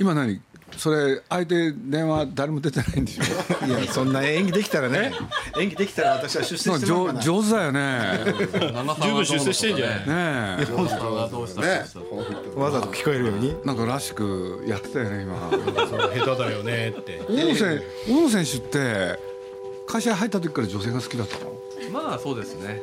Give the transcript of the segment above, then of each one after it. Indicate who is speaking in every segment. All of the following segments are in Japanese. Speaker 1: 今何それ相手電話誰も出てないんでしょ
Speaker 2: いやそんな演技できたらね演技できたら私は出世して
Speaker 1: なん
Speaker 2: も
Speaker 1: から上
Speaker 2: おうかな
Speaker 1: 上手だ よね
Speaker 3: 十分出世してんじゃない
Speaker 1: ねえ
Speaker 3: どうしたどうした
Speaker 4: ね
Speaker 3: どう
Speaker 4: 本
Speaker 2: わざと聞こえるように
Speaker 1: なんからしくやってたよね今
Speaker 3: した下手だよねって
Speaker 1: 小野選小野選手って会社に入った時から女性が好きだったの
Speaker 5: まあそうですね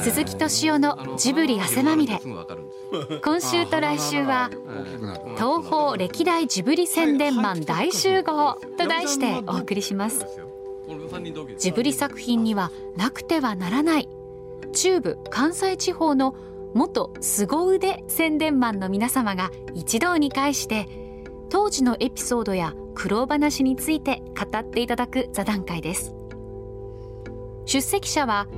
Speaker 6: 鈴木敏夫のジブリ汗まみれ
Speaker 5: すぐわかるんですよ
Speaker 6: 今週と来週は
Speaker 1: 大きくなる
Speaker 6: 東宝歴代ジブリ宣伝マン大集合と題してお送りします
Speaker 5: この三人同期です
Speaker 6: ジブリ作品にはなくてはならない中部関西地方の元凄腕宣伝マンの皆様が一堂に会して当時のエピソードや苦労話について語っていただく座談会です出席者は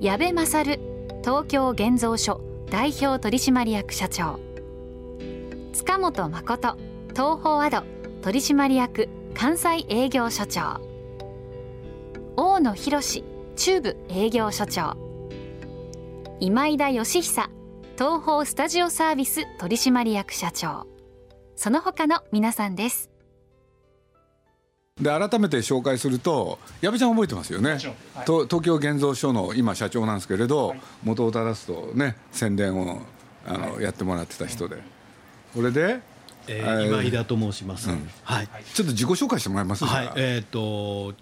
Speaker 6: 矢部勝東京現像所代表取締役社長塚本誠東宝アド取締役関西営業所長大野博中部営業所長今井田義久東宝スタジオサービス取締役社長その他の皆さんです
Speaker 1: で改めて紹介すると矢部ちゃん覚えてますよね、と東京現像所の今社長なんですけれど、元を正すとね宣伝をあの、やってもらってた人で、これで
Speaker 7: え
Speaker 1: は
Speaker 7: ー、
Speaker 1: い
Speaker 7: 今井田と申します、はい
Speaker 1: ちょっと自己紹介してもらえます
Speaker 7: はい、えっ、と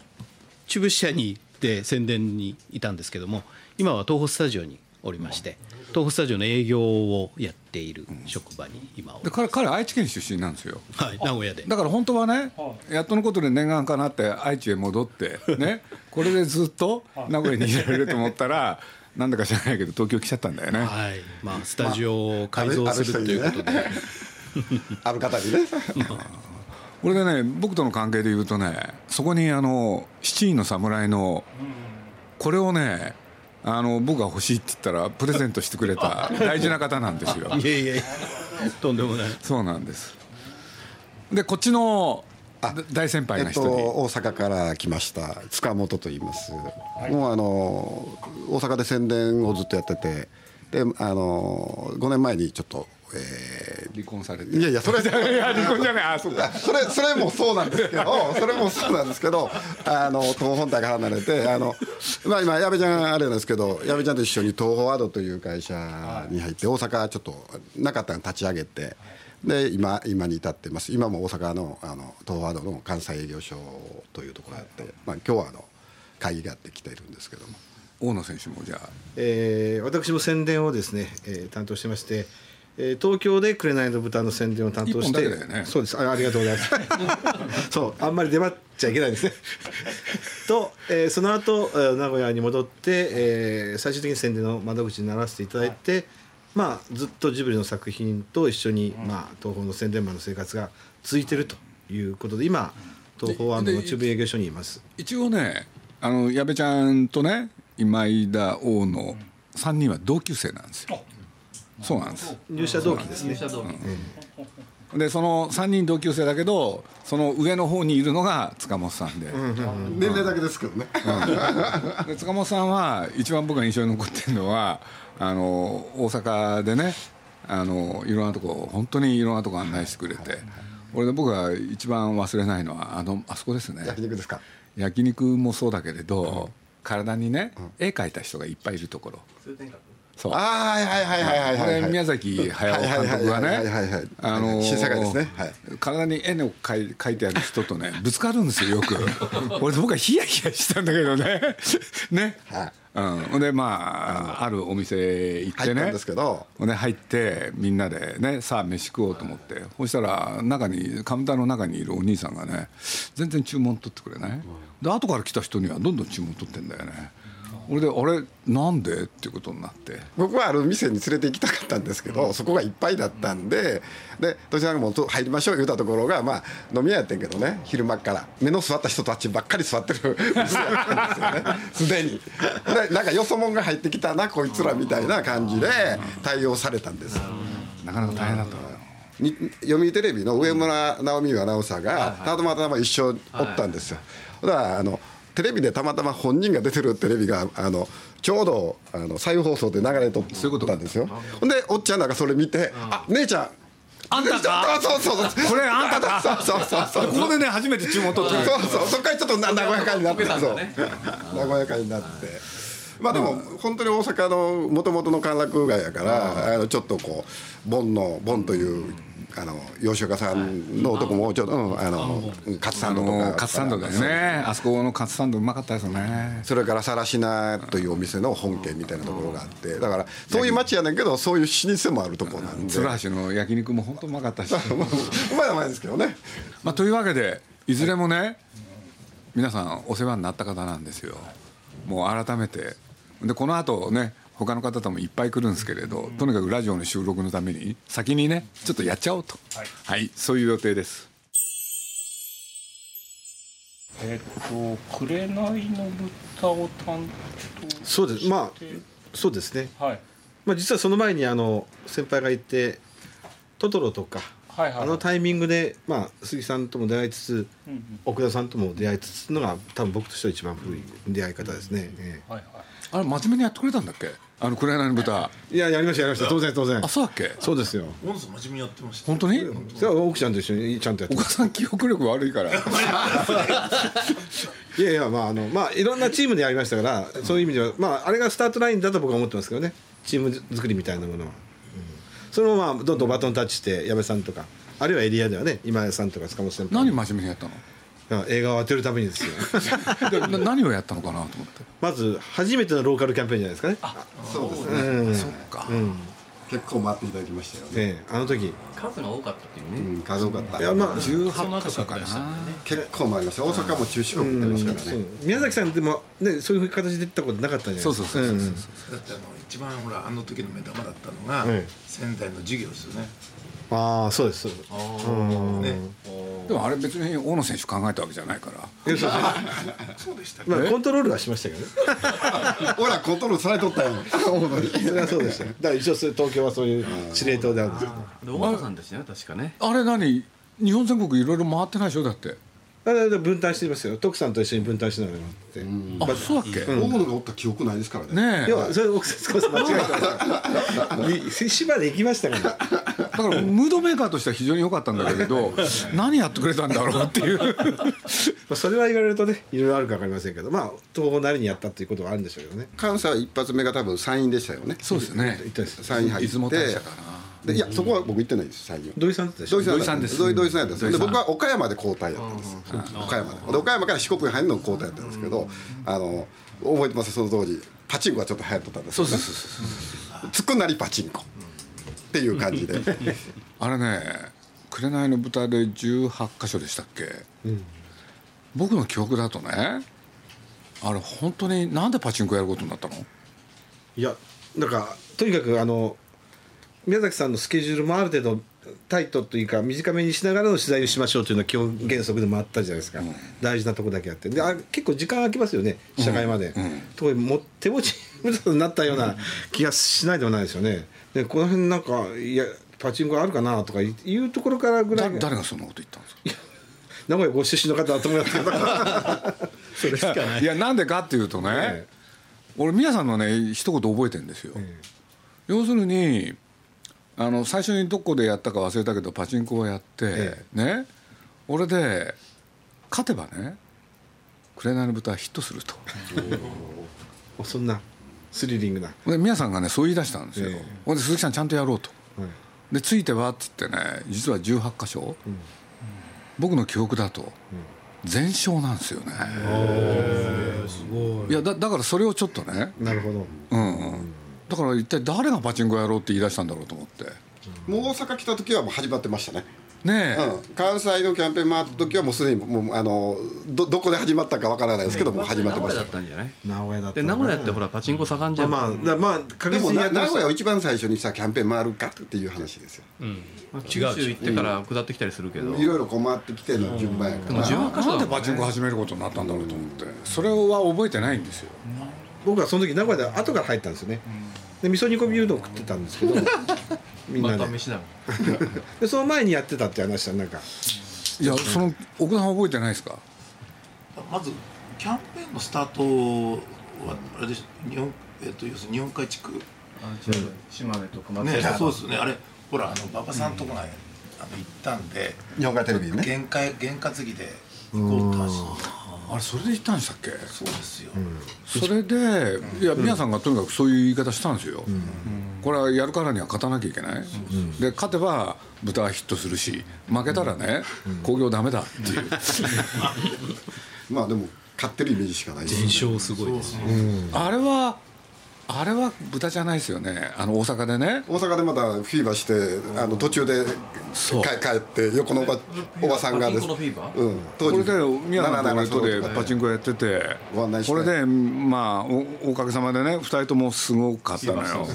Speaker 7: 中部支社に行って宣伝にいたんですけども今は東宝スタジオにおりまして東宝スタジオの営業をやっている職場に今おり
Speaker 1: で彼彼愛知県出身なんですよ
Speaker 7: はい、名古屋で
Speaker 1: だから本当はね、やっとのことで念願かなって愛知へ戻って、ね、これでずっと名古屋にいられると思ったら、なんだか知らないけど、東京来ちゃったんだよね。
Speaker 7: はいまあ、スタジオを改造するということで、
Speaker 4: ある方にね
Speaker 1: これでね、僕との関係で言うとね、そこにあの七人の侍の、これをね、あの僕が欲しいって言ったら、プレゼントしてくれた大事な方なんですよ。
Speaker 7: いやいやいやとんでもない
Speaker 1: そうなんです。で、こっちのだ大先輩
Speaker 4: え
Speaker 1: の
Speaker 4: っと、
Speaker 1: 人に。
Speaker 4: 大阪から来ました塚本と言います、もうあの大阪で宣伝をずっとやっててであの5年前にちょっと、え
Speaker 1: 離婚されて
Speaker 4: ーいやいやそれ
Speaker 1: いや 離婚じゃないあそうか
Speaker 4: それそれもそうなんです けどそれもそうなんですけどあの東本体から離れてあの、まあ、今矢部ちゃんあれなんですけど矢部ちゃんと一緒に東宝アドという会社に入って大阪ちょっとなかったの立ち上げてで今今に至ってます今も大阪のあの東宝アドの関西営業所というところがあって、まあ、今日はあの会議があって来ているんですけども。
Speaker 1: 大野選手もじゃあ
Speaker 2: えー私も宣伝をですね、えー担当してまして、えー東京で「紅の豚」の宣伝を担当し
Speaker 1: 一
Speaker 2: て、
Speaker 1: 本だけだよね
Speaker 2: そうですあありがとうございます そうあんまり出張っちゃいけないですね と、えーその後えー名古屋に戻って、えー最終的に宣伝の窓口にならせていただいて、まあずっとジブリの作品と一緒に、まあ東宝の宣伝マンの生活が続いてるということで今東宝はあの
Speaker 1: で
Speaker 2: 中部営業所にいます
Speaker 1: 一応ねあの矢部ちゃんとね今井田大野3人は同級生なんですよそうなんです
Speaker 2: 入社同期ですね
Speaker 1: でその3人同級生だけどその上の方にいるのが塚本さんで,、
Speaker 4: 年齢だけですけどね、
Speaker 1: で塚本さんは一番僕が印象に残ってるのはあの大阪でねあのいろんなとこ本当にいろんなとこ案内してくれて俺で僕が一番忘れないのはあのあそこ ですね
Speaker 4: 焼肉ですか
Speaker 1: 焼肉もそうだけれど、体にね、絵描いた人がいっぱいいるところそう
Speaker 4: ああはいはいはいはい
Speaker 1: こ
Speaker 4: はい
Speaker 1: れ
Speaker 4: はい
Speaker 1: 宮崎駿監督が
Speaker 4: はいはいはいはいはいは
Speaker 1: ね
Speaker 4: い、
Speaker 1: あのー
Speaker 4: 新世界ですねはい
Speaker 1: 体に絵を描い描いてある人とね、 ぶつかるんですよ、よく。 俺、僕はヒヤヒヤしたんだけどね、 ね、
Speaker 4: はい
Speaker 1: うん、ほんで、まあ、あるお店行っ
Speaker 4: 入
Speaker 1: て
Speaker 4: った
Speaker 1: ね
Speaker 4: んです、けど、
Speaker 1: ほんで入って、みんなでね、さあ、飯食おうと思って、そしたら、中に、カウンターの中にいるお兄さんがね、全然注文取ってくれない、で後から来た人には、どんどん注文取ってんだよね。俺であれなんでっていうことになって
Speaker 4: 僕はあの店に連れて行きたかったんですけど、そこがいっぱいだったんででどちらかもと入りましょう言うたところが、まあ、飲み屋やってんけどね昼間っから目の座った人たちばっかり座ってる店やったんですよねすでにでなんかよそ者が入ってきたなこいつらみたいな感じで対応されたんです
Speaker 1: なかなか大変だったわよ
Speaker 4: に読売テレビの上村直美アナウンサーがたまたま一緒におったんですよ。だからあのテレビでたまたま本人が出てるテレビがあのちょうどあの再放送で流れとったんですよ。ほんでおっちゃんなんかそれ見て「あ姉ちゃん
Speaker 1: あんたか
Speaker 4: そうそうそうそう
Speaker 1: これあんたか
Speaker 4: そうそうそうそう
Speaker 1: ここでね初めて注文取ってくれる
Speaker 4: そうそうそこからちょっとな和やかになって
Speaker 5: こけたん
Speaker 4: そ
Speaker 5: だ
Speaker 4: う
Speaker 5: ね
Speaker 4: 和やかになってまあでも本当に大阪のもともとの歓楽街やからあのちょっとこうボンのボンというあの洋食家さんの男もちょっとうんあのうんカツサ
Speaker 1: あ
Speaker 4: ンドと
Speaker 1: の
Speaker 4: か
Speaker 1: カツサンドだよねあそこのカツサンドうまかったですよね
Speaker 4: それからさらしなというお店の本家みたいなところがあってだからそういう町やねんけどそういう老舗もあるところなんで
Speaker 1: 鶴橋の焼肉も本当うまか ったし
Speaker 4: う まいはうまいですけどね
Speaker 1: まあ、というわけでいずれもね、皆さんお世話になった方なんですよもう改めてでこの後ね他の方ともいっぱい来るんですけれど、とにかくラジオの収録のために先にねちょっとやっちゃおうとはい、そういう予定です
Speaker 8: えっと、紅の豚を担
Speaker 2: そうですまあそうですね、
Speaker 8: 当、はい、
Speaker 2: まあ、実はその前にあの先輩がいてトトロとか
Speaker 8: はいはい
Speaker 2: あのタイミングで、まあ、杉さんとも出会いつつ、奥田さんとも出会いつつのが多分僕としては一番古い出会い方ですね、え
Speaker 8: はいはい。
Speaker 1: あれ真面目にやってくれたんだっけあの「紅の 豚
Speaker 2: えいややりましたやりました当然当」然
Speaker 1: あそうだっけ
Speaker 2: そうですよ
Speaker 9: モンス真面目にやってました。
Speaker 1: 本当に
Speaker 2: それは奥ちゃんと一緒にちゃんとやって
Speaker 1: お
Speaker 2: ま
Speaker 1: 母さん記憶力悪い から
Speaker 2: すいやいやまああのまあいろんなチームでやりましたからそういう意味ではまああれがスタートラインだと僕は思ってますけどねチーム作りみたいなものは、うんそれをまあどんどんバトンタッチして矢部さんとかあるいはエリアではね今井さんとか塚本先輩
Speaker 1: 何真面目にやったの
Speaker 2: あ映画を当てるためにですよ
Speaker 1: でな何をやったのかなと思って
Speaker 2: まず初めてのローカルキャンペーンじゃないですかね
Speaker 4: そうですね
Speaker 2: うん
Speaker 1: そっか、
Speaker 4: 結構待っていただきましたよね
Speaker 2: ええあの時
Speaker 5: 数が多かったっていう
Speaker 4: う
Speaker 5: ね。
Speaker 4: ん数多かった
Speaker 2: いやまあ
Speaker 1: 18か所かな
Speaker 4: 結構回りました大阪も中四国行ってますから
Speaker 2: そう
Speaker 4: ね
Speaker 2: 宮崎さんでもねそういう形で行ったことなかったんじゃないですか
Speaker 1: そうそうそうそうそう
Speaker 2: うん
Speaker 9: だってあの一番ほらあの時の目玉だったのが、
Speaker 2: ええ
Speaker 9: 仙台の授業ですよね。
Speaker 2: ああそうですそうですうん
Speaker 9: ね、
Speaker 1: でもあれ別に大野選手考えたわけじゃないから
Speaker 2: いやそうそう
Speaker 9: そうでしたね。
Speaker 2: まあコントロールはしましたけ どね
Speaker 4: ほらコントロールされとったよ
Speaker 2: それはそうでしただから一応そういう東京はそういう司令塔であるんですけど
Speaker 5: で、大川さんでしたよね、確かね。
Speaker 1: あれ何日本全国いろいろ回ってないでしょだって、
Speaker 2: だからだから分担してますよ徳さんと一緒に分担しながらやって
Speaker 1: あそうだっけ、
Speaker 4: 大物がおった記憶ないですからね
Speaker 1: ねえ
Speaker 2: 要はそれ奥さん少し間違え たい島で行きましたから
Speaker 1: だからムードメーカーとしては非常に良かったんだけれ ど何やってくれたんだろうっていう
Speaker 2: まあそれは言われるとねいろいろあるか分かりませんけどまあ東方なりにやったっていうことはあるんでしょうけどね
Speaker 4: 関西は一発目が多分山陰でしたよね
Speaker 1: そうですね
Speaker 2: 行ったです
Speaker 4: 山陰入って
Speaker 1: 出雲大社か
Speaker 4: でいやそこは僕行ってないです山陰
Speaker 2: 土井さんだったでしょ
Speaker 4: 土井さんだ
Speaker 1: 土井さんで
Speaker 4: った
Speaker 1: す
Speaker 4: 土井土井さんやったんですで僕は岡山で交代やったんです岡山でで岡山から四国に入るのが交代やったんですけどあの覚えてますその当時パチンコがちょっと流行っとったんですそうそうそうつくなりパチンコっていう感じで
Speaker 1: あれね「紅の豚」で18箇所でしたっけ、僕の記憶だとねあれ本当になんでパチンコやることになったの
Speaker 2: いやなんかとにかくあの宮崎さんのスケジュールもある程度タイトというか短めにしながらの取材をしましょうというのは基本原則でもあったじゃないですか、大事なとこだけやってであ結構時間空きますよね試写会まで、とこにも手持ち無駄になったような気がしないでもないですよねでこの辺なんかいやパチンコあるかなとかいうところからぐら
Speaker 1: だ
Speaker 2: い名
Speaker 1: 誰がそんなこと言ったんですか
Speaker 2: 古屋ご出身の方だと思いますけど
Speaker 1: それしかないいやなんでかっていうとね、
Speaker 2: え
Speaker 1: 俺宮さんのね一言覚えてんですよ、要するにあの最初にどこでやったか忘れたけどパチンコをやって、
Speaker 2: え
Speaker 1: ね俺で勝てばね「紅の豚」ヒットすると
Speaker 2: そんなスリリングな、
Speaker 1: で宮さんがねそう言い出したんですよ、
Speaker 2: ええ
Speaker 1: ほんで鈴木さんちゃんとやろうと
Speaker 2: はい
Speaker 1: でついてはって言ってね実は18箇所、僕の記憶だと全勝なんですよね、いやだだからそれをちょっとね、
Speaker 2: なるほど
Speaker 1: うんうん、だから一体誰がパチンコやろうって言い出したんだろうと思って
Speaker 4: もう大阪来た時はもう始まってましたね
Speaker 1: ねえ、
Speaker 4: うん、関西のキャンペーン回った時はもうすでにもうあのどどこで始まったかわからないですけどもう始まってまし
Speaker 5: 名古屋だ
Speaker 4: た
Speaker 5: ったんじゃない。
Speaker 2: 名古屋だった
Speaker 5: で、
Speaker 2: らな
Speaker 5: 名古屋ってほら、パチンコ盛んじゃん。
Speaker 2: まあ、まあ、まあ、確
Speaker 4: でも
Speaker 2: 実にや
Speaker 4: な
Speaker 2: ってま
Speaker 4: 名
Speaker 2: し
Speaker 4: 古
Speaker 2: た
Speaker 4: 屋を一番最初にさキャンペーン回るかっていう話ですよ
Speaker 5: まあ九州行ってから下ってきたりするけど。
Speaker 4: いろいろこう回ってきての順番やから
Speaker 5: でも18箇所
Speaker 1: なん
Speaker 5: だ
Speaker 1: で
Speaker 5: も
Speaker 1: パ
Speaker 5: ん
Speaker 1: チンコ
Speaker 5: ね。
Speaker 1: 始めることになったんだろうと思ってそれは覚えてないんですよ
Speaker 2: 僕はその時名古屋で後から入ったんですよね、で味噌煮込みうどん食ってたんですけど みんな
Speaker 5: ま
Speaker 2: で
Speaker 5: た飯だもん。
Speaker 2: でその前にやってたって話だなんか
Speaker 1: いやその奥田さん覚えてないですか
Speaker 9: まずキャンペーンのスタートはあれでしょ日本えっ、と要するに日本海地区
Speaker 5: あの違う島根とか松
Speaker 9: ね
Speaker 5: 江とか
Speaker 9: そうですよねあれほらあの馬場さんとこなんや、あの行ったんで
Speaker 4: 日本海テレビね
Speaker 9: 験担験担ぎで行こうとはし
Speaker 1: あれそれで行ったんでしたっけ
Speaker 9: そうですよ、
Speaker 1: それでいや皆さんがとにかくそういう言い方したんですよ、これはやるからには勝たなきゃいけない、で勝てば豚はヒットするし負けたらね興行ダメだっていう、
Speaker 4: まあでも勝ってるイメージしかないです
Speaker 7: 伝承すごいですね
Speaker 1: あれはあれは豚じゃないですよねあの大阪でね
Speaker 4: 大阪でまたフィーバーしてあの途中で
Speaker 7: そう
Speaker 4: か帰って横のおばおばさんがです
Speaker 5: パチンコのフィーバー
Speaker 4: うん、当
Speaker 1: こ
Speaker 4: 時
Speaker 1: れで宮野さんと俺とで
Speaker 4: 77
Speaker 1: パチンコやってて
Speaker 4: ご案内して
Speaker 1: これでまあおおかげさまでね2人ともすごかったのよ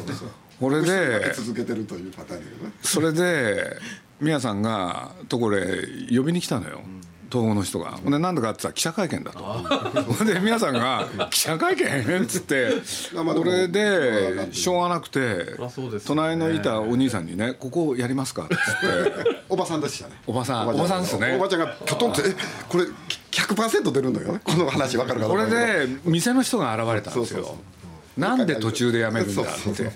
Speaker 1: これで
Speaker 4: 続けてるというパターンだけどね
Speaker 1: それで宮さんがところへ呼びに来たのよ東宝の人がほんで何だかって言ったら記者会見だとほんで宮さんが「記者会見?」っつって
Speaker 4: あまあで
Speaker 1: こ
Speaker 4: も
Speaker 1: れでしょうがなく
Speaker 5: りゃそう
Speaker 1: て
Speaker 5: ですよね
Speaker 1: 隣のいたお兄さんにね「ここやりますか?」っつって
Speaker 4: おばさんでしたね
Speaker 1: おばさんおばさんですね
Speaker 4: おばちゃんがきょとんってえこれ100%出るんだよねこの話分かるかど
Speaker 1: こ
Speaker 4: うか
Speaker 1: れで店の人が現れたんです
Speaker 4: そうそう
Speaker 1: よなんで途中でやめるんだっ
Speaker 4: そうそう
Speaker 1: て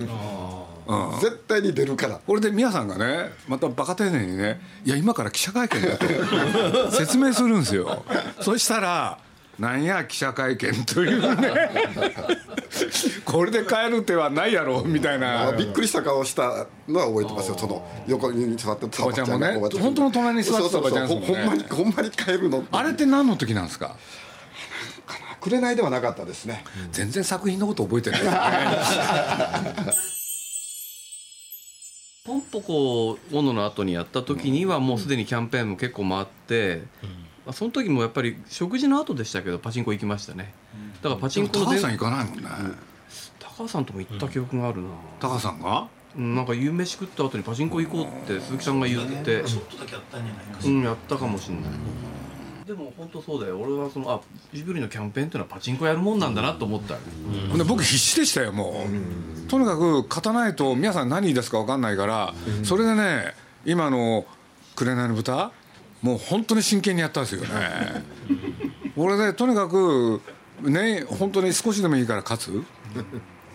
Speaker 4: 絶対に出るから
Speaker 1: これで宮さんがねまたバカ丁寧にね「いや今から記者会見だ」と説明するんですよそしたら「なんや記者会見」というねこれで帰る手はないやろみたいな
Speaker 4: あびっくりした顔したのは覚えてますよその横に座ってた
Speaker 1: おばちゃんもね
Speaker 4: おばちゃん
Speaker 1: 本当の隣に座ってたおばちゃんです
Speaker 4: そう
Speaker 1: もん
Speaker 4: そう
Speaker 1: ね
Speaker 4: そうほんまにほんまに帰るの
Speaker 1: あれって何の時なんですか
Speaker 4: くれないではなかったですね
Speaker 1: 全然作品のこと覚えてないですね
Speaker 5: ポンポコ斧の後にやった時にはもうすでにキャンペーンも結構回って、まあ、その時もやっぱり食事の後でしたけどパチンコ行きましたねだからパチンコの
Speaker 1: 高橋さん
Speaker 5: 全
Speaker 1: 行かないもんね
Speaker 5: 高橋さんとも行った記憶があるな、
Speaker 1: 高橋さんが
Speaker 5: うん、なんか夕飯食った後にパチンコ行こうって鈴木さんが言って
Speaker 9: ちょっとだけあったんじゃないか
Speaker 5: うんやったかもしれないでも本当そうだよ俺はそのあジブリのキャンペーンっていうのはパチンコやるもんなんだなと思った、
Speaker 1: ほんで僕必死でしたよもうとにかく勝たないと皆さん何言い出すか分かんないからそれでね今の「紅の豚」もう本当に真剣にやったんです よね俺でとにかくね本当に少しでもいいから勝つ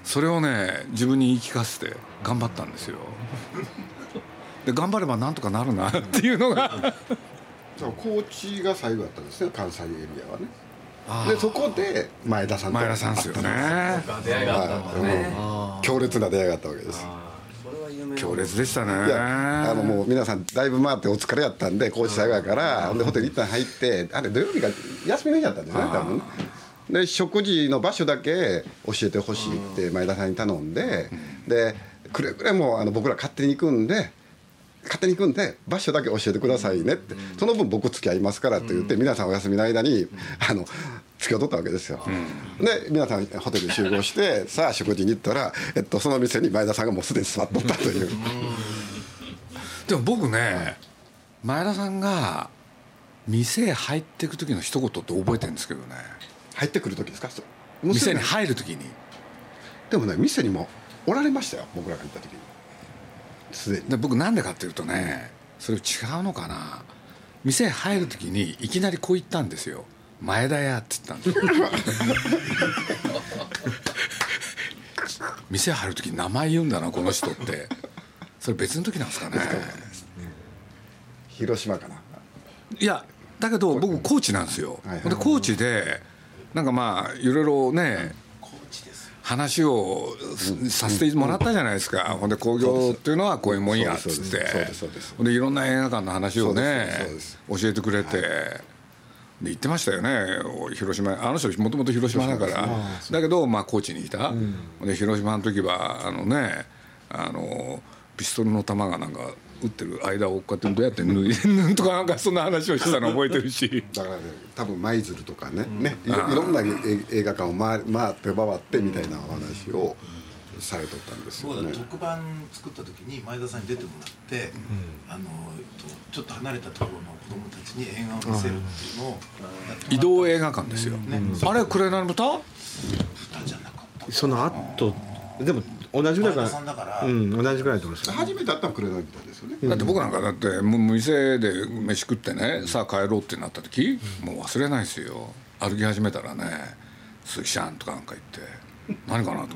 Speaker 1: それをね自分に言い聞かせて頑張ったんですよで頑張ればなんとかなるなっていうのが
Speaker 4: じゃあ高知が最後だったんですね関西エリアはねでそこで前田さんと
Speaker 1: 前田さんですよね
Speaker 5: 出会いがあったんだね
Speaker 4: はいうん強烈な出会いがあったわけです
Speaker 5: それは有名な
Speaker 1: 強烈でしたね
Speaker 4: いやあのもう皆さんだいぶ回ってお疲れやったんで高知幸いからほんでホテル一旦入ってあれ土曜日が休みの日だったんですね多分ねで食事の場所だけ教えてほしいって前田さんに頼んででくれぐれもあの僕ら勝手に行くんで勝手に行くんで場所だけ教えてくださいねってその分僕付き合いますからって言って皆さんお休みの間にあの付き合いとったわけですよ、で皆さんホテルに集合してさあ食事に行ったら、えっと、その店に前田さんがもうすでに座っとったという。
Speaker 1: でも僕ね前田さんが店へ入っていく時の一言って覚えてるんですけどね
Speaker 4: 入ってくる時ですかそう
Speaker 1: 店に
Speaker 4: 娘が
Speaker 1: 入る時に
Speaker 4: でもね店にもおられましたよ僕らが行った時にすでに
Speaker 1: で僕なんでかっていうとねそれ違うのかな店へ入る時にいきなりこう言ったんですよ「前田屋」って言ったんですよ店入る時に名前言うんだなこの人ってそれ別の時なんですかね
Speaker 4: 広島かない
Speaker 1: やだけど僕コーチなんですよ、
Speaker 4: はいはい
Speaker 1: でコーチでなんかまあいろいろね話をすさせてもらったじゃないですか、ほんで興行っていうのはこういうもんやっつ
Speaker 4: そうで
Speaker 1: っ
Speaker 4: す
Speaker 1: て
Speaker 4: そうですそうです
Speaker 1: ほんでいろんな映画館の話をね
Speaker 4: そうです
Speaker 1: 教えてくれて、で言ってましたよねお広島あの人もともと広島だからだけどまあ高知にいた、ほんで広島の時はあのねあのピストルの弾がなんか撃ってる間をこうやってどうやって縫い 縫うとかなんかそんな話をしてたの覚えてるし。
Speaker 4: だからね多分舞鶴とかね,、ねいろいろんなえ映画館を回り回って回ってみたいなお話をされとったんですよ
Speaker 9: そうだ
Speaker 4: ね
Speaker 9: 特番作った時に前田さんに出てもらって、あのちょっと離れたところの子供たちに映画を見せるっていうのをやって
Speaker 1: 移
Speaker 9: も
Speaker 1: 動映画館ですよ。あれ紅の豚？
Speaker 9: らったじゃなかった
Speaker 2: その後でも同じぐら
Speaker 9: 前
Speaker 2: いか
Speaker 9: 田さんだ
Speaker 2: な
Speaker 9: から、
Speaker 2: うん同じぐらいだと思いますよ
Speaker 4: 初めて会ったのくれないみたいですよね、
Speaker 1: だって僕なんかだってもう店で飯食ってねさあ帰ろうってなった時もう忘れないですよ歩き始めたらね「鈴木ちゃん」とかなんか言って何かなと思っ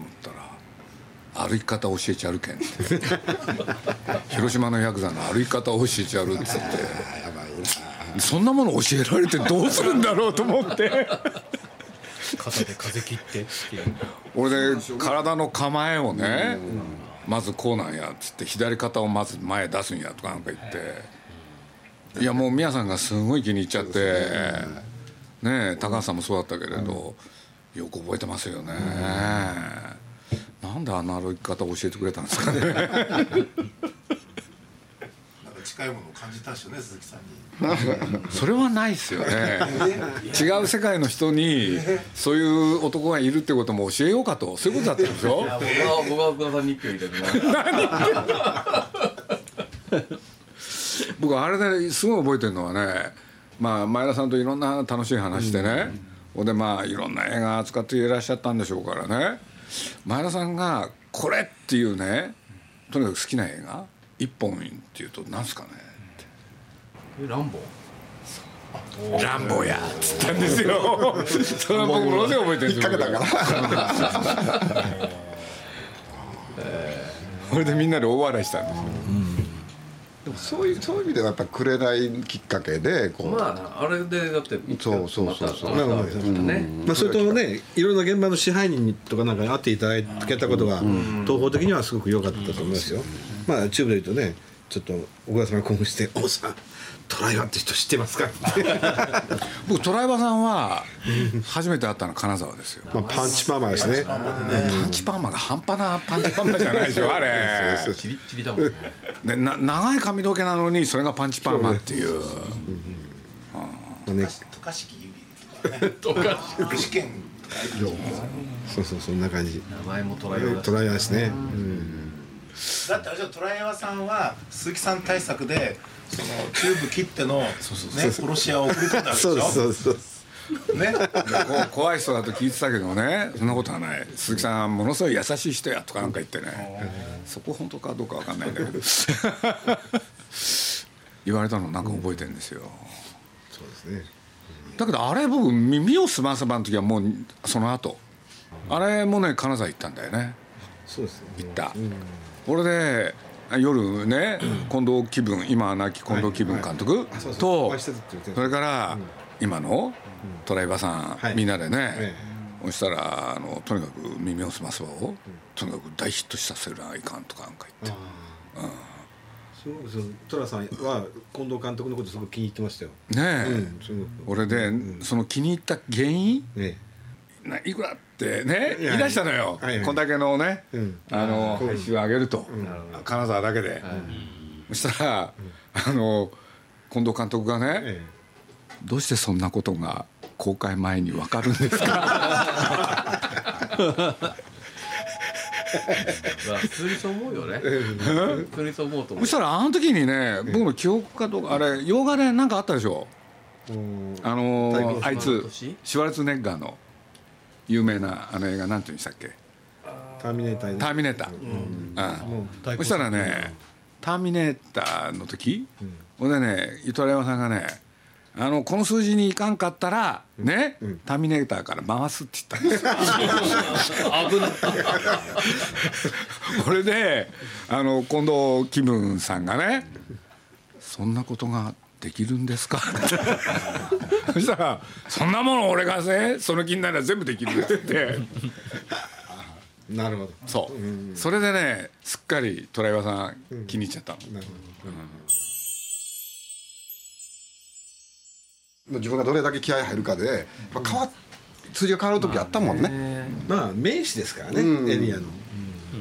Speaker 1: たら歩き方教えちゃるけ ん」って「広島のヤクザの歩き方教えちゃる」っつって
Speaker 4: やばい
Speaker 1: そんなもの教えられてどうするんだろうと思って
Speaker 3: 肩で風切ってっていう
Speaker 1: 俺ね体の構えをねまずこうなんやっつって左肩をまず前出すんやとかなんか言っていやもう宮さんがすごい気に入っちゃってねえ高橋さんもそうだったけれどよく覚えてますよねなんであの歩き方教えてくれたんですかね
Speaker 9: なんか近いものを感じたんでしょうね鈴木さんに。
Speaker 1: それはないですよね違う世界の人にそういう男がいるってことも教えようかとそういうことだったんでしょ
Speaker 5: 僕は僕は福田さんに一票入れてな
Speaker 1: 僕あれですごい覚えてるのはね、まあ、前田さんといろんな楽しい話でね、ほんでまあいろんな映画扱っていらっしゃったんでしょうからね前田さんが「これ!」っていうねとにかく好きな映画一本っていうと何すかね
Speaker 5: ランボ
Speaker 1: 「
Speaker 5: ー
Speaker 1: ランボーや」っつったんです よそれは僕ものすごい覚えてるんですよ
Speaker 4: かけたから
Speaker 1: これでみんなで大笑いしたんですよ
Speaker 4: でもそういうそういう意味ではやっぱくれないきっかけでこう、
Speaker 5: まああれでだって
Speaker 4: そうそうそうそう
Speaker 5: またまた来たね
Speaker 2: まあ、それとねいろいろな現場の支配人とかなんかに会っていただけたことが東方的にはすごく良かったと思いますよ、まあチューブで言うとねちょっと小倉さんが興奮して「王さんトライアンって人知ってますか?」 って
Speaker 1: 僕トライバーさんは初めて会ったのは金沢ですよ
Speaker 2: まあパンチパーマですね
Speaker 1: パンチパーマが半端なパンチパーマじゃないでしょあれ
Speaker 5: チリッチリだもんね
Speaker 1: でな長い髪の毛なのにそれがパンチパーマっていう
Speaker 2: ね
Speaker 9: 渡嘉敷指とかね。 福祉県とか
Speaker 2: そうそうそんな感じ
Speaker 5: 名前もトライアルだし
Speaker 2: トライアンですね、
Speaker 9: だってあれじゃトライワさんは鈴木さん対策でそのチューブ切ってのね殺し屋を送り込んだわけでし
Speaker 2: そうですそう
Speaker 9: ょ。
Speaker 2: ですそうです
Speaker 9: ね。
Speaker 1: こう怖い人だと聞いてたけどねそんなことはない鈴木さんはものすごい優しい人やとかなんか言ってねそこ本当かどうかわかんないんだけど 言われたのなんか覚えてるんですよ
Speaker 2: そうですね
Speaker 1: だけどあれ僕耳をすませばの時はもうその後あれもね金沢行ったんだよね
Speaker 2: そうですね
Speaker 1: 行った、これで夜ね近藤気分今は亡き近藤気分監督
Speaker 2: そうそうお
Speaker 1: と
Speaker 2: 会いしてたって言ってた
Speaker 1: それから今のトライバーさ
Speaker 2: は
Speaker 1: ん
Speaker 2: い
Speaker 1: みんなでね
Speaker 2: え
Speaker 1: そしたらあのとにかく「耳をすませば」をとにかく大ヒットしたせるないかんとかなんか言っ
Speaker 2: すごくそのトラさんは近藤監督のことすごく気に入ってましたよ
Speaker 1: て
Speaker 2: う
Speaker 1: ね
Speaker 2: んすごく
Speaker 1: え俺でその気に入った原因
Speaker 2: ね
Speaker 1: ないくらってね
Speaker 2: いや
Speaker 1: 言い出したのよ
Speaker 2: はいはい
Speaker 1: こんだけのね
Speaker 2: うん
Speaker 1: あの配信を上げると金沢だけでそしたらあの近藤監督がね
Speaker 2: え
Speaker 1: 「どうしてそんなことが公開前に分かるんですか?」
Speaker 5: まあ普通にそう思うよね普通にそう思うと思
Speaker 1: そうしたらあの時にね僕の記憶かどうかあれ洋画で何かあったでしょ
Speaker 2: えうん
Speaker 1: あの
Speaker 2: タイ
Speaker 1: ー
Speaker 2: ム
Speaker 1: あい
Speaker 5: その
Speaker 1: つ
Speaker 5: 年
Speaker 1: シュワルツェネッガーの有名なあの映画なんていうんでしたっけ
Speaker 2: ターミネータ
Speaker 1: 「
Speaker 2: ーに
Speaker 1: ターミネーター」うんそしたらね「ターミネーター」の時ほんでね糸原山さんがねあのこの数字にいかんかったらね、ターミネーターから回すって言ったんですよ これであの近藤紀文さんがね「そんなことができるんですか?」 ってそしたら「そんなもの俺がねその気になれば全部できる」って言って。
Speaker 2: なるほど
Speaker 1: そう、それでねすっかりトライバーさん気に入っちゃったの、
Speaker 4: 自分がどれだけ気合い入るかで、やっぱ変わっ通常変わる時あったもんね、
Speaker 2: まあ名刺ですからね、エリアの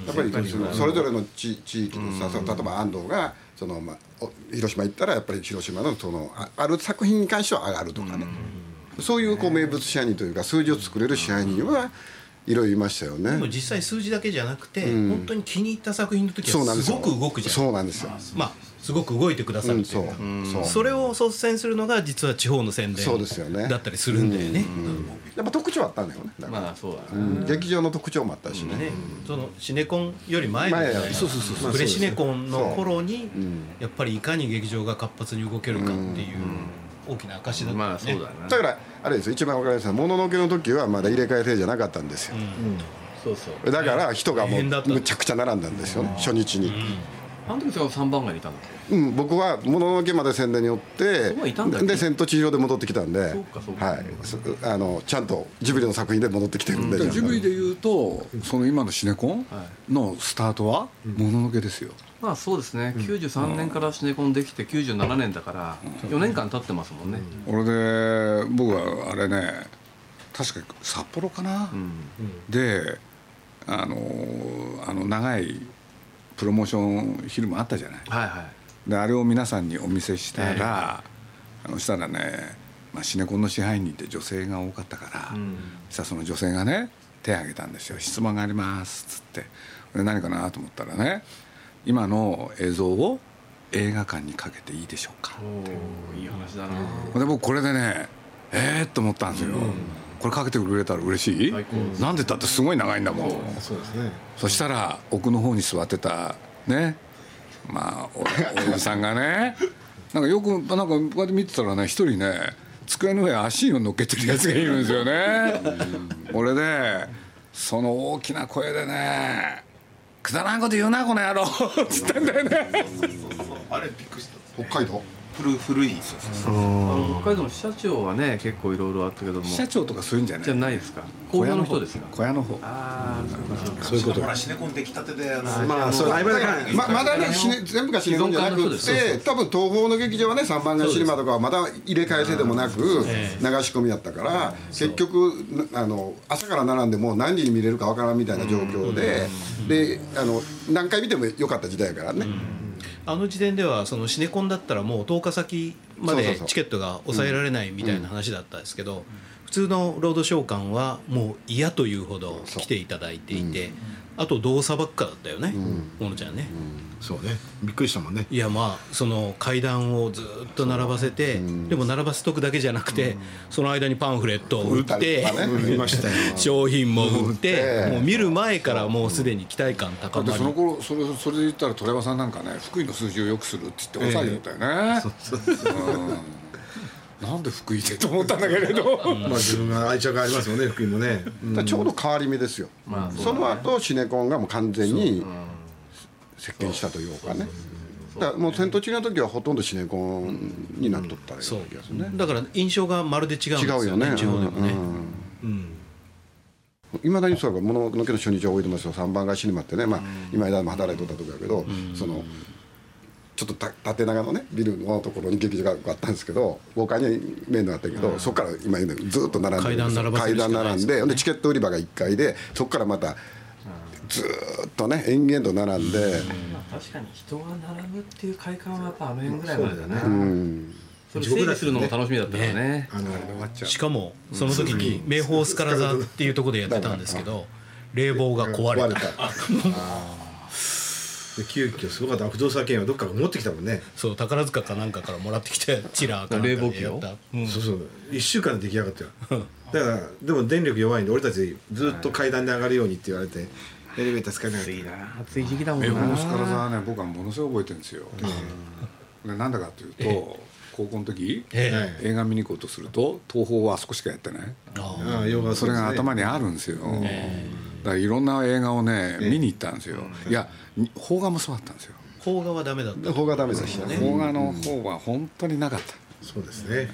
Speaker 4: やっぱりそのそれぞれの地地域のさ、その例えば安藤がその、まあ、お広島行ったらやっぱり広島のそのあある作品に関しては上がるとかね、そういうこう名物支配人というか数字を作れる支配人はいろいろいましたよね。
Speaker 3: でも実際数字だけじゃなくて、本当に気に入った作品の時
Speaker 4: そうな
Speaker 3: は
Speaker 4: んです
Speaker 3: す
Speaker 4: よ
Speaker 3: ごく動くじゃん
Speaker 4: そうなんですよ。
Speaker 3: まあすごく動いてくださ
Speaker 4: う
Speaker 3: る
Speaker 4: ん、
Speaker 3: と
Speaker 4: そ
Speaker 3: いううか、、
Speaker 4: そう。
Speaker 3: それを率先するのが実は地方の宣伝
Speaker 4: そうですよね
Speaker 3: だったりするんだよね,、
Speaker 4: やっぱ特徴あったんだよね。だから
Speaker 5: まあそうだね
Speaker 4: うん劇場の特徴もあったしね。
Speaker 3: ねそのシネコンより前の時代
Speaker 4: 前そうそうそうそう
Speaker 3: プレシネコンの頃にやっぱりいかに劇場が活発に動けるかっていう大きな証だったよね、
Speaker 5: まあそうだな
Speaker 4: だからあれですよ一番わかりやすいもののけの時はまだ入れ替え制じゃなかったんですよ、
Speaker 5: そうそう
Speaker 4: だから人がも
Speaker 3: 大
Speaker 4: う
Speaker 3: 変だった
Speaker 4: むちゃくちゃ並んだんですよね初日に、
Speaker 5: あの時その3番街にいたんだ
Speaker 4: うん、僕はもののけまで宣伝に寄って
Speaker 5: そういたんだっけ
Speaker 4: で「千と千尋」で戻ってきたんで
Speaker 5: そうかそうか
Speaker 4: はいそあのちゃんとジブリの作品で戻ってきてるんで、
Speaker 1: ジブリでいうとその今のシネコン
Speaker 5: は
Speaker 1: のスタートはもののけですよ、
Speaker 5: まあそうですね93年からシネコンできて97年だから4年間経ってますもんね
Speaker 1: 俺で僕はあれね確か札幌かな、
Speaker 5: うん
Speaker 1: であのあの長いプロモーション昼間あったじゃない
Speaker 5: はいはい
Speaker 1: であれを皆さんにお見せしたら、あのしたらね、まあ、シネコンの支配人って女性が多かったから、
Speaker 5: うん
Speaker 1: そしたらその女性がね手を挙げたんですよ「質問があります」っつって俺何かなと思ったらね「今の映像を映画館にかけていいでしょうか」
Speaker 5: おーいい話だな
Speaker 1: で僕これでねえー、っと思ったんですよ、これかけてくれたら嬉しい
Speaker 5: 最高です
Speaker 1: なんでだってすごい長いんだもん
Speaker 2: そうですね
Speaker 1: そしたら奥の方に座ってたねまあおおじさんが ねなんかよくなんかこうやって見てたらね一人ね机の上に足を乗っけてるやつがいるんですよね俺でその大きな声でね「くだらんこと言うなこの野郎」っつったんだよね
Speaker 9: あれびっくりした
Speaker 4: 北海道
Speaker 9: 古古い
Speaker 5: あの北海道の支社長はね結構いろいろあったけども
Speaker 1: 社長とかそういうんじゃない
Speaker 5: じゃないですか工場の人ですか
Speaker 1: 小屋の方
Speaker 5: ああそうかそうか
Speaker 2: そういうこと
Speaker 9: ほらシネコンできたてであの
Speaker 2: まあそう曖昧だから
Speaker 4: ままだねシネ全部がシネコンじゃな
Speaker 5: 既存化の人
Speaker 4: く
Speaker 5: ですそう
Speaker 4: て多分東宝の劇場はね三番街シネマとかはまだ入れ替え制でもなく流し込みやったから結局なあの朝から並んでもう何時に見れるかわからんみたいな状況でであの何回見てもよかった時代やからね
Speaker 7: あの時点ではそのシネコンだったらもう10日先ま
Speaker 4: そうそう
Speaker 7: で
Speaker 4: そう
Speaker 7: チケットが抑えられないみたいな話だったんですけど普通のロードショー館はもう嫌というほど来ていただいていてあとどうさばっかだったよね小野ちゃんね
Speaker 2: そうねびっくりしたもんね
Speaker 7: いやまあその階段をずっと並ばせてでも並ばせとくだけじゃなくてその間にパンフレットを売って
Speaker 4: 売ったりとかね
Speaker 2: 見ましたよ
Speaker 7: 商品も売っ
Speaker 4: 売って
Speaker 7: てもう見る前からもうすでに期待感
Speaker 1: だ
Speaker 7: 高
Speaker 1: って
Speaker 7: ま
Speaker 1: その
Speaker 7: り
Speaker 1: 頃それそれで言ったら鳥山さんなんかね福井の数字をよくするって言って抑えてたよね、うんなんで福井でと思ったんだけれど
Speaker 2: まあ自分が愛着ありますもんね福井もね
Speaker 4: だからちょうど変わり目ですよ、その後シネコンがもう完全に席巻したというかねだからもう千と千尋の時はほとんどシネコンになっとったような
Speaker 7: そう
Speaker 4: 気がするね、
Speaker 7: だから印象がまるで違うんです
Speaker 4: 違う
Speaker 7: よ
Speaker 4: よね
Speaker 7: ね地方でもね。
Speaker 4: いまだにそうやからもののけの初日は覚えてますよ三番街シネマってね、まあ、今枝も働いとったとこやけど、そのちょっとた縦長のねビルのところに劇場があったんですけど5階に面のあったけど、そこから今言うのずっと並んでるんですよ
Speaker 7: 階段並ばせるしか
Speaker 4: 階段並んでほんでチケット売り場が1階でそこからまたずーっとね延々と並んで。
Speaker 5: 確かに人が並ぶっていう快感はやっぱあの辺ぐらいまでだねそれ
Speaker 2: 地獄だ
Speaker 5: 整理
Speaker 2: ったね
Speaker 5: するのも楽しみだったからね
Speaker 2: あの
Speaker 7: しかもその時に名宝スカラ座っていうところでやってたんですけど冷房が壊れた
Speaker 2: で急遽すごかった不動産券をどっかから持ってきたもんね
Speaker 7: そう宝塚かなんかからもらってきたチラーかなんか
Speaker 5: 冷房
Speaker 7: で
Speaker 5: 機
Speaker 7: や
Speaker 5: を
Speaker 7: った、うん
Speaker 2: そうそう1週間で出来上がったよだからでも電力弱いんで俺たちずっと階段で上がるようにって言われてエレベーター使えなかった
Speaker 5: 暑い時期だもん
Speaker 1: 恵方のスカラ座
Speaker 5: な
Speaker 1: はね僕はものすごい覚えてるんですよ、でなんだかというと、高校の時、
Speaker 7: ええ
Speaker 1: 映画見に行こうとすると東宝はあそこしかやってない
Speaker 7: ああ
Speaker 2: ああヨガ
Speaker 1: それが頭
Speaker 2: に
Speaker 1: にあるんですよ、だからいろんな映画をね見に行ったんですよ、いやに邦画もそうだったんですよ
Speaker 7: 邦画はダメだった
Speaker 4: 方がダメでしたね
Speaker 1: 邦画の方は本当になかった、
Speaker 2: そうですね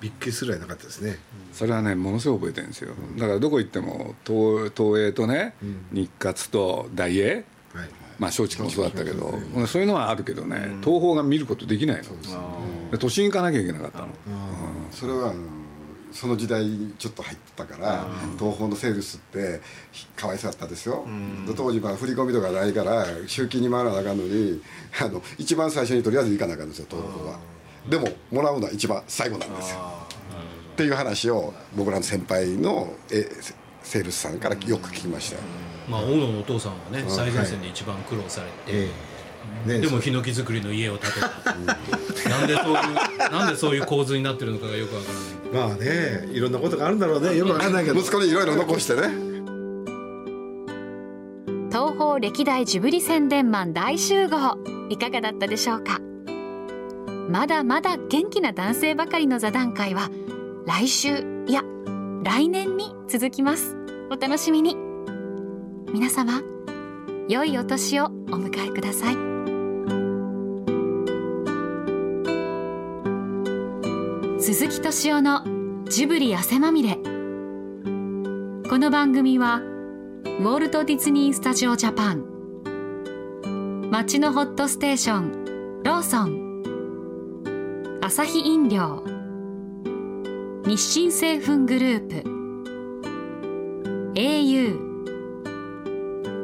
Speaker 2: びっくりするぐらいなかったですね
Speaker 1: それはねものすごい覚えてるんですよだからどこ行っても東東映とね、日活と大映
Speaker 2: はい
Speaker 1: まあ松竹もそうだったけど、そういうのはあるけどね、東宝が見ることできないの、で都心行かなきゃいけなかったの、
Speaker 4: それはあのその時代にちょっと入ってたから東宝のセールスってひかわいそうだったですよ、当時は振り込みとかないから集金に回らなあかんのにあの一番最初にとりあえず行かなあかんんですよ東宝はでももらうのは一番最後なんですよっていう話を僕らの先輩のえセールスさんからよく聞きましたよ、
Speaker 7: まあ大野のお父さんはね最前線で一番苦労されて、
Speaker 2: ね
Speaker 7: でもヒノキ作りの家を建てたなんでそういうなんでそういう構図になってるのかがよくわから
Speaker 2: ま
Speaker 7: ない
Speaker 2: あねいろんなことがあるんだろうねよくわかんないけど
Speaker 4: 息子にいろいろ残してね
Speaker 6: 東宝歴代ジブリ宣伝マン大集合いかがだったでしょうかまだまだ元気な男性ばかりの座談会は来週いや来年に続きますお楽しみに皆様良いお年をお迎えください鈴木敏夫のジブリ汗まみれこの番組はウォルト・ディズニー・スタジオ・ジャパン街のホットステーションローソンアサヒ飲料日清製粉グループ au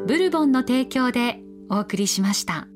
Speaker 6: ブルボンの提供でお送りしました。